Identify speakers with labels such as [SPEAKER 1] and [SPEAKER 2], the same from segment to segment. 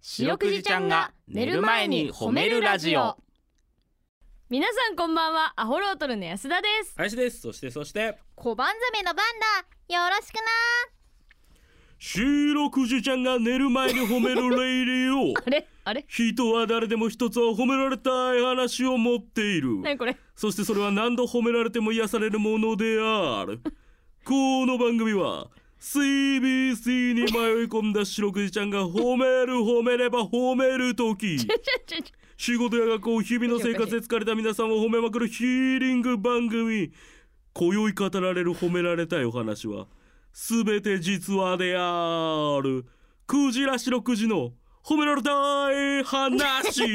[SPEAKER 1] 白くじちゃんが寝る前に褒めるラジオ
[SPEAKER 2] 皆さんこんばんはアホロートルの安田です
[SPEAKER 3] 林ですそしてそして
[SPEAKER 4] 小判ザメの番だよろしくな
[SPEAKER 3] 白くじちゃんが寝る前に褒めるレイデ ィオ
[SPEAKER 2] あれあれ
[SPEAKER 3] 人は誰でも一つは褒められたい話を持っている
[SPEAKER 2] 何これ
[SPEAKER 3] そしてそれは何度褒められても癒されるものであるこの番組は CBC に迷い込んだ白くじちゃんが褒める褒めれば褒める時
[SPEAKER 2] ちょちょ
[SPEAKER 3] 仕事や学校日々の生活で疲れた皆さんを褒めまくるヒーリング番組今宵語られる褒められたいお話は全て実話であるクジラ白くじの褒められたい話
[SPEAKER 2] ちょ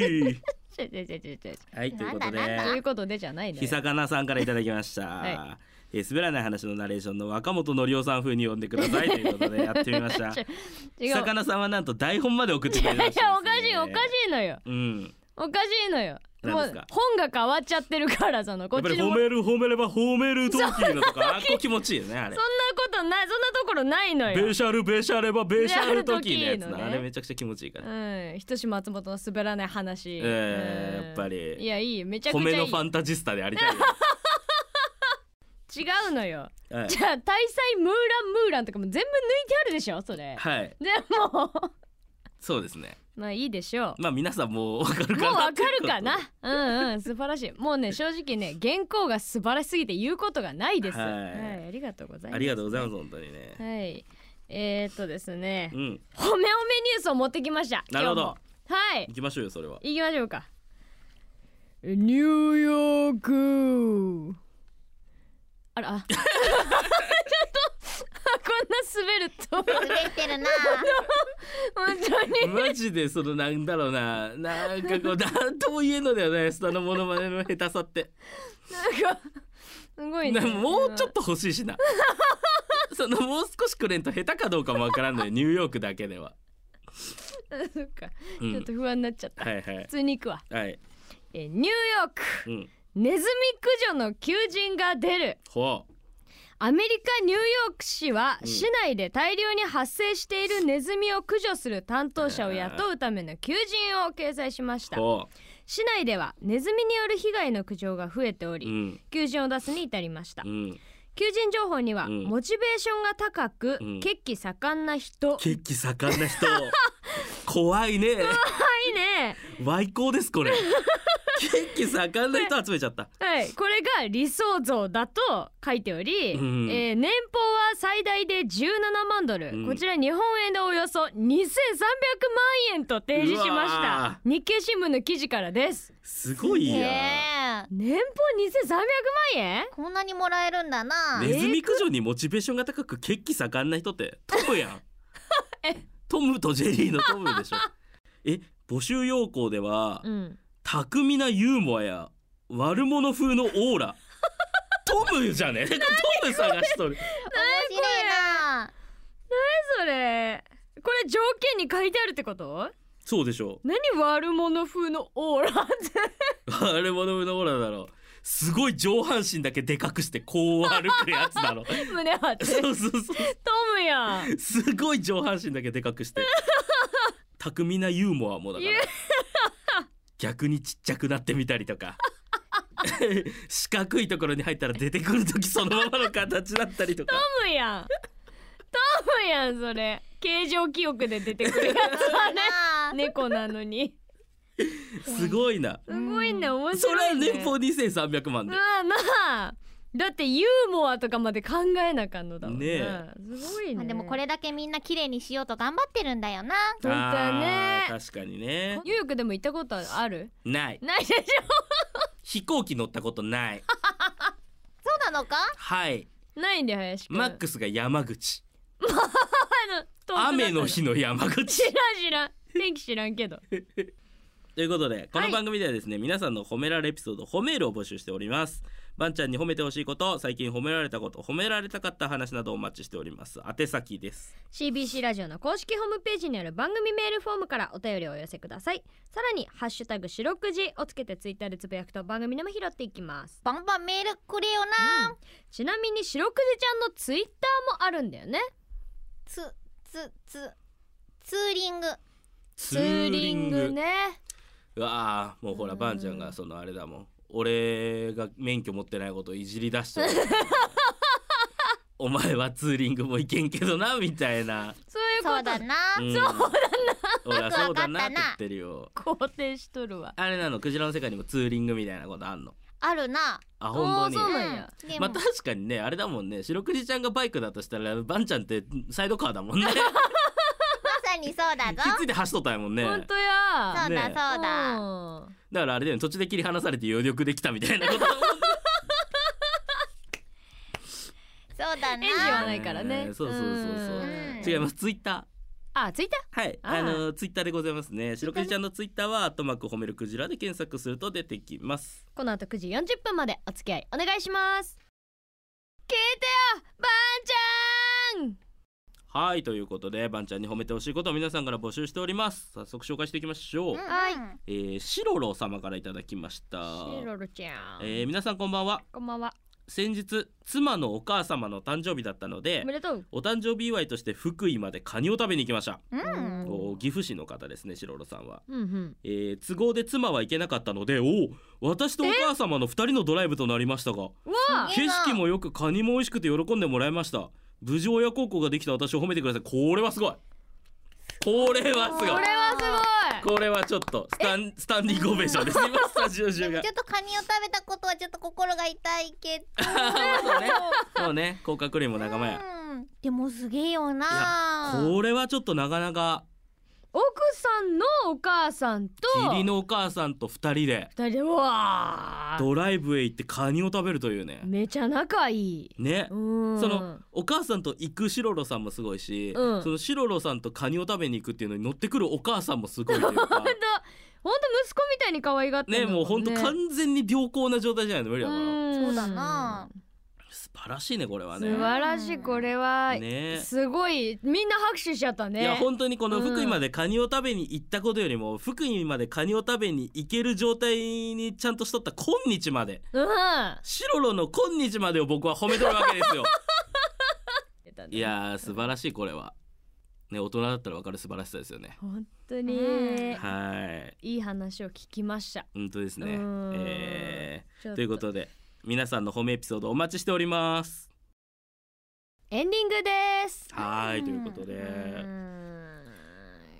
[SPEAKER 2] ちょちょちょちょ
[SPEAKER 3] はいということ
[SPEAKER 4] なんだなん
[SPEAKER 2] と
[SPEAKER 4] だ
[SPEAKER 2] い
[SPEAKER 3] で
[SPEAKER 2] うことでじゃないのよ
[SPEAKER 3] 久かなさんからいただきました、
[SPEAKER 2] は
[SPEAKER 3] えー滑らない話のナレーションの若本のりおさん風に呼んでくださいというこ とでやってみました
[SPEAKER 2] ちょ違うい
[SPEAKER 3] 久かなさんはなんと台本まで送ってくれました
[SPEAKER 2] やおかしいおかしいのよ
[SPEAKER 3] いうん
[SPEAKER 2] おかしいのよも
[SPEAKER 3] 何で
[SPEAKER 2] う
[SPEAKER 3] すか
[SPEAKER 2] 本が変わっちゃってるからそのこ
[SPEAKER 3] や
[SPEAKER 2] っ
[SPEAKER 3] っぱ
[SPEAKER 2] ち
[SPEAKER 3] り褒
[SPEAKER 2] のそんな
[SPEAKER 3] める褒めれば褒めるトーキーのとかあっこ気持ちいいよねあれ
[SPEAKER 2] ことないそんなところないのよ
[SPEAKER 3] ベシャルベシャレばベシャルトーキーのやつ
[SPEAKER 2] ベシャルトーキーのね
[SPEAKER 3] なあれめちゃくちゃ気持ちいいから
[SPEAKER 2] うんひとし松本の滑らない話
[SPEAKER 3] えー
[SPEAKER 2] うん
[SPEAKER 3] やっぱり
[SPEAKER 2] いやいいめちゃく
[SPEAKER 3] 褒
[SPEAKER 2] ちゃいい
[SPEAKER 3] めのファンタジスタでありたいよ
[SPEAKER 2] 違うのよ
[SPEAKER 3] はい
[SPEAKER 2] じゃあ大祭ムーランムーランとかも全部抜いてあるでしょそれ
[SPEAKER 3] はい
[SPEAKER 2] でも
[SPEAKER 3] そうですね
[SPEAKER 2] まあいいでしょう
[SPEAKER 3] まあ皆さんもうわかるか
[SPEAKER 2] も
[SPEAKER 3] な
[SPEAKER 2] うわかるかな
[SPEAKER 3] っていうこ
[SPEAKER 2] うんうん素晴らしいもうね正直ね原稿が素晴らしすぎて言うことがないです
[SPEAKER 3] はい
[SPEAKER 2] ありがとうござい
[SPEAKER 3] と
[SPEAKER 2] ます
[SPEAKER 3] ありがとうございます本当にね
[SPEAKER 2] はいえー、っとですね
[SPEAKER 3] うん
[SPEAKER 2] 褒め褒めニュースを持ってきました
[SPEAKER 3] なるほど
[SPEAKER 2] 今日もはい
[SPEAKER 3] 行きましょうよそれは
[SPEAKER 2] 行きましょうかニューヨークあら あちょっとあこんな滑ると
[SPEAKER 4] 滑ってるな
[SPEAKER 2] 本当に
[SPEAKER 3] マジでそのなんだろうななんかこうなんとも言えんのだよね下のモノマネの下手さって
[SPEAKER 2] なんかすごいね
[SPEAKER 3] なもうちょっと欲しいしな そのもう少しくれんと下手かどうかもわからんのよニューヨークだけでは、
[SPEAKER 2] そっか
[SPEAKER 3] う
[SPEAKER 2] ちょっ
[SPEAKER 3] ん
[SPEAKER 2] と、不安になっちゃった、
[SPEAKER 3] はいはい
[SPEAKER 2] 普通に行くわ、
[SPEAKER 3] はい
[SPEAKER 2] えーニューヨーク
[SPEAKER 3] うん
[SPEAKER 2] ネズミ駆除の求人が出る
[SPEAKER 3] ほう
[SPEAKER 2] アメリカニューヨーク市は
[SPEAKER 3] うん
[SPEAKER 2] 市内で大量に発生しているネズミを駆除する担当者を雇うための求人を掲載しました
[SPEAKER 3] ほ
[SPEAKER 2] 市内ではネズミによる被害の苦情が増えてお
[SPEAKER 3] うう
[SPEAKER 2] り、
[SPEAKER 3] ん
[SPEAKER 2] 求人を出すに至りました、
[SPEAKER 3] うん
[SPEAKER 2] 求人情報には、
[SPEAKER 3] うん
[SPEAKER 2] モチベーションが高く、
[SPEAKER 3] うん
[SPEAKER 2] 血気盛んな人
[SPEAKER 3] 血気盛んな 人怖いね
[SPEAKER 2] いいね
[SPEAKER 3] わいこうです これ血気盛んな人集めちゃった
[SPEAKER 2] はい、これが理想像だと書いており、
[SPEAKER 3] うん
[SPEAKER 2] えー年俸は最大で17万ドル、
[SPEAKER 3] うん
[SPEAKER 2] こちら日本円でおよそ2300万円と提示しま
[SPEAKER 3] う
[SPEAKER 2] した
[SPEAKER 3] わ
[SPEAKER 2] 日経新聞の記事からです
[SPEAKER 3] すごいや、
[SPEAKER 4] ねえ
[SPEAKER 2] 年俸2300万円
[SPEAKER 4] こんなにもらえるんだな
[SPEAKER 3] ネズミ駆除にモチベーションが高く血気盛んな人ってトムやん トムとジェリーのトムでしょえ募集要項では、
[SPEAKER 2] うん
[SPEAKER 3] 巧みなユーモアや悪者風のオー ラトムじゃねトム探しとる
[SPEAKER 4] 面白いな
[SPEAKER 2] それこれ条件に書いてあるってこと
[SPEAKER 3] そうでしょ
[SPEAKER 2] 何悪者風のオーラって
[SPEAKER 3] う悪者風のオーラだろうすごい上半身だけでかくしてこう歩くやつだろ
[SPEAKER 2] 胸張ってト
[SPEAKER 3] そうそうそう
[SPEAKER 2] ムやん
[SPEAKER 3] すごい上半身だけでかくして巧みなユーモアもだから
[SPEAKER 2] ユー
[SPEAKER 3] 逆にちっちゃくなってみたりとか 四角いところに入ったら出てくる時そのままの形だったりとか
[SPEAKER 2] トムやんトムやんそれ形状記憶で出てくるやつだね
[SPEAKER 4] な
[SPEAKER 2] 猫なのに
[SPEAKER 3] すごいな
[SPEAKER 2] すごいね面
[SPEAKER 3] それ
[SPEAKER 2] 白
[SPEAKER 3] はい
[SPEAKER 2] ね
[SPEAKER 3] 年俸2300万
[SPEAKER 2] う
[SPEAKER 3] で
[SPEAKER 2] わまあだってユーモアとかまで考えなあかんのだもんな
[SPEAKER 3] ね
[SPEAKER 2] すごい
[SPEAKER 4] まあ
[SPEAKER 2] ね
[SPEAKER 4] でもこれだけみんな綺麗にしようと頑張ってるんだよな
[SPEAKER 2] 本当
[SPEAKER 3] あ
[SPEAKER 2] だ
[SPEAKER 3] ー
[SPEAKER 2] ね
[SPEAKER 3] 確かにね
[SPEAKER 2] ニューヨークでも行ったことある
[SPEAKER 3] ない
[SPEAKER 2] ないでし
[SPEAKER 3] 飛行機乗ったことない
[SPEAKER 4] そうなのか
[SPEAKER 3] はい
[SPEAKER 2] ょないんで林くん
[SPEAKER 3] マックスが山口
[SPEAKER 2] 遠くなった
[SPEAKER 3] 雨の日の山口
[SPEAKER 2] 知 らん知らん天気知らんけど
[SPEAKER 3] ということでこの番組ではですね、皆さんの褒められエピソード褒めールを募集しておりますばんちゃんに褒めてほしいこと最近褒められたこと褒められたかった話などお待ちしております宛先です
[SPEAKER 2] CBC ラジオの公式ホームページにある番組メールフォームからお便りをお寄せくださいさらに「ハッシュタグ四六時」をつけてツイッターでつぶやくと番組でも拾っていきます、
[SPEAKER 4] バンバンメールくれよな、
[SPEAKER 2] うんちなみに四六時ちゃんのツイッターもあるんだよね
[SPEAKER 4] つつつツーリング
[SPEAKER 3] ツ
[SPEAKER 2] ツーリングね
[SPEAKER 3] うわあもうほら
[SPEAKER 2] うん
[SPEAKER 3] ばんちゃんがそのあれだもん俺が免許持ってないことをいじり出したお前はツーリングも行けんけどなみたいな、
[SPEAKER 2] そういう
[SPEAKER 4] そう
[SPEAKER 2] こ
[SPEAKER 4] だ
[SPEAKER 2] と
[SPEAKER 4] な。
[SPEAKER 3] うん、そうだな
[SPEAKER 4] よ
[SPEAKER 3] 俺
[SPEAKER 4] く
[SPEAKER 3] は
[SPEAKER 4] わ
[SPEAKER 3] そ
[SPEAKER 4] か
[SPEAKER 3] う
[SPEAKER 4] った
[SPEAKER 3] だなっ
[SPEAKER 4] な
[SPEAKER 3] て言ってるよ
[SPEAKER 2] 肯定しとるわ
[SPEAKER 3] あれなのクジラの世界にもツーリングみたいなことあんの
[SPEAKER 4] あるな。
[SPEAKER 3] あ本
[SPEAKER 2] おー
[SPEAKER 3] 当
[SPEAKER 2] そう
[SPEAKER 3] に
[SPEAKER 2] なんや
[SPEAKER 4] うんでも
[SPEAKER 3] まあ確かにねあれだもんね白くじちゃんがバイクだとしたらばんちゃんってサイドカーだもんね
[SPEAKER 4] まさにそうだ
[SPEAKER 3] ひ
[SPEAKER 4] ぞ。
[SPEAKER 3] っついて走っとったんやもんね
[SPEAKER 2] 本当や
[SPEAKER 4] そうだ
[SPEAKER 3] ね
[SPEAKER 4] そうだ。
[SPEAKER 2] うん
[SPEAKER 3] だからあれだよね途中で切り離されて余力できたみたいなことだもんね
[SPEAKER 4] そうだな。
[SPEAKER 2] エンジンはないからね
[SPEAKER 3] うんそうそうそうそうん違いますツイッタ
[SPEAKER 2] あついた
[SPEAKER 3] ーはい
[SPEAKER 2] あ
[SPEAKER 3] あ
[SPEAKER 2] ー
[SPEAKER 3] のツイッターでございますね白くじちゃんのツイッターは「アットマーク褒めるクジラ」で検索すると出てきます
[SPEAKER 2] この後9時40分までお付き合いお願いします聞いてよばんちゃん
[SPEAKER 3] はいということでばんちゃんに褒めてほしいことを皆さんから募集しております早速紹介していきましょう、
[SPEAKER 2] はい
[SPEAKER 4] うん
[SPEAKER 3] えーシロロ様からいただきました
[SPEAKER 2] シロルちゃん、
[SPEAKER 3] えー皆さんこんばんは
[SPEAKER 2] こんばんは
[SPEAKER 3] 先日妻のお母様の誕生日だったので
[SPEAKER 2] おめでとう
[SPEAKER 3] お誕生日祝いとして福井までカニを食べに行きました、
[SPEAKER 4] うん。
[SPEAKER 3] お岐阜市の方ですねシロロさんは
[SPEAKER 2] うんうん
[SPEAKER 3] えー都合で妻は行けなかったのでおお私とお母様の2人のドライブとなりましたが
[SPEAKER 2] うわ
[SPEAKER 4] す
[SPEAKER 3] 景色もよくカニも美味しくて喜んでもらいました無事親孝行ができた私を褒めてくださいこれはすごいこれはす
[SPEAKER 2] これ
[SPEAKER 3] ごい
[SPEAKER 2] はすごい
[SPEAKER 3] これはちょっとスタンスタンディングオベーションです 今スタジオ
[SPEAKER 4] で
[SPEAKER 3] 中
[SPEAKER 4] も
[SPEAKER 3] が
[SPEAKER 4] ちょっとカニを食べたことはちょっと心が痛いけど。
[SPEAKER 3] そうね甲殻類も仲間や
[SPEAKER 4] うんでもすげえよな。
[SPEAKER 3] これはちょっとなかなか
[SPEAKER 2] 奥さんのお母さんと
[SPEAKER 3] 義理のお母さんと2人で
[SPEAKER 2] 二人でうわー
[SPEAKER 3] ドライブへ行ってカニを食べるというね
[SPEAKER 2] めちゃ仲いい
[SPEAKER 3] ね
[SPEAKER 2] うん
[SPEAKER 3] そのお母さんと行くシロロさんもすごいし、
[SPEAKER 2] うん
[SPEAKER 3] そのシロロさんとカニを食べに行くっていうのに乗ってくるお母さんもすごいというか
[SPEAKER 2] 本当本当息子みたいに可愛がってん
[SPEAKER 3] ね
[SPEAKER 2] だ
[SPEAKER 3] もうほんと完全に良好な状態じゃないの無理だから
[SPEAKER 2] ん
[SPEAKER 4] そうだな。
[SPEAKER 3] 素晴らしいねこれはね
[SPEAKER 2] 素晴らしいこれは、
[SPEAKER 3] ね
[SPEAKER 2] すごいみんな拍手しちゃったね
[SPEAKER 3] いや本当にこの
[SPEAKER 2] うん
[SPEAKER 3] 福井までカニを食べに行ったことよりも、福井までカニを食べに行ける状態にちゃんとしとった今日まで
[SPEAKER 2] うん
[SPEAKER 3] シロロの今日までを僕は褒めとるわけです よいやー素晴らしいこれはね大人だったらわかる素晴らしさですよね
[SPEAKER 2] 本当に、
[SPEAKER 4] うん
[SPEAKER 3] はい
[SPEAKER 2] いい話を聞きました
[SPEAKER 3] 本当です
[SPEAKER 2] う
[SPEAKER 3] ね
[SPEAKER 2] ん。
[SPEAKER 3] え
[SPEAKER 2] ちょっ
[SPEAKER 3] ーということで皆さんの褒めエピソードお待ちしております。
[SPEAKER 2] エンディングです
[SPEAKER 3] はー
[SPEAKER 4] う
[SPEAKER 3] い
[SPEAKER 4] ん
[SPEAKER 3] ということ
[SPEAKER 2] う
[SPEAKER 3] で
[SPEAKER 2] ん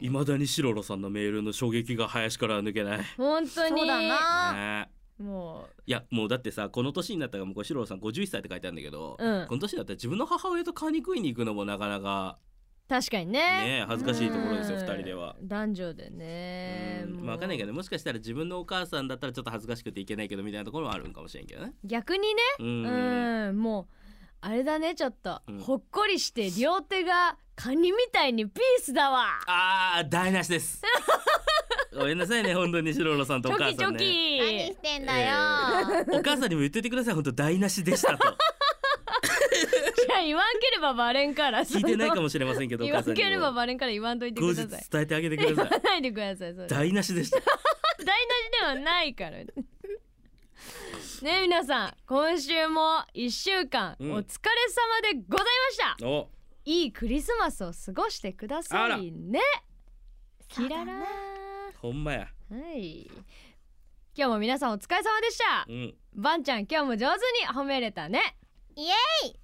[SPEAKER 3] 未だにシロロさんのメールの衝撃が林から抜けない。ね
[SPEAKER 2] 本当に
[SPEAKER 4] そうだな。
[SPEAKER 3] え
[SPEAKER 2] も
[SPEAKER 3] いやもうだってさこの年になったからもうこれシロロさん51歳って書いてあるんだけど、
[SPEAKER 2] うん
[SPEAKER 3] この年になったら自分の母親とカニ食いに行くのもなかなか
[SPEAKER 2] う確かにね
[SPEAKER 3] ね恥ずかしいところですよ
[SPEAKER 2] うん
[SPEAKER 3] 二人では。
[SPEAKER 2] 男女でね
[SPEAKER 3] うんまあわかんないけどねもしかしたら自分のお母さんだったらちょっと恥ずかしくていけないけどみたいなところもあるんかもしれんけどね。
[SPEAKER 2] 逆にね
[SPEAKER 3] う
[SPEAKER 2] うんん、もうあれだねちょっと、
[SPEAKER 3] うん
[SPEAKER 2] ほっこりして両手がカニみたいにピースだわ
[SPEAKER 3] あー台無し です。ごめんなさいね本当にシロロさんと
[SPEAKER 2] チ
[SPEAKER 3] お母
[SPEAKER 2] ョ
[SPEAKER 3] さんね。
[SPEAKER 2] キチョ
[SPEAKER 4] 何
[SPEAKER 2] キ
[SPEAKER 4] してんだよ。
[SPEAKER 3] お母さんにも言っててください本当台無しでした と
[SPEAKER 2] いや言わんければバレんから
[SPEAKER 3] 聞いてないか
[SPEAKER 2] も
[SPEAKER 3] もしれませんけどお
[SPEAKER 2] 言わ
[SPEAKER 3] 母さ
[SPEAKER 2] ん
[SPEAKER 3] んに
[SPEAKER 2] ければ
[SPEAKER 3] も
[SPEAKER 2] バレんから言わんといて
[SPEAKER 3] 後
[SPEAKER 2] く
[SPEAKER 3] 日
[SPEAKER 2] ださい
[SPEAKER 3] 伝えてあげてく
[SPEAKER 2] 言
[SPEAKER 3] だ
[SPEAKER 2] わ
[SPEAKER 3] さい
[SPEAKER 2] ないでくださいそれ台
[SPEAKER 3] 台無しでした
[SPEAKER 2] 無しではないからね皆さん今週も一週間お疲
[SPEAKER 3] うん
[SPEAKER 2] れ様でございました、
[SPEAKER 3] お
[SPEAKER 2] いいクリスマスを過ごしてくださいね キララー
[SPEAKER 3] ほんまや
[SPEAKER 2] はい今日も皆さんお疲れ様でした
[SPEAKER 3] うん
[SPEAKER 2] バンちゃん今日も上手に褒めれたね
[SPEAKER 4] イエーイ。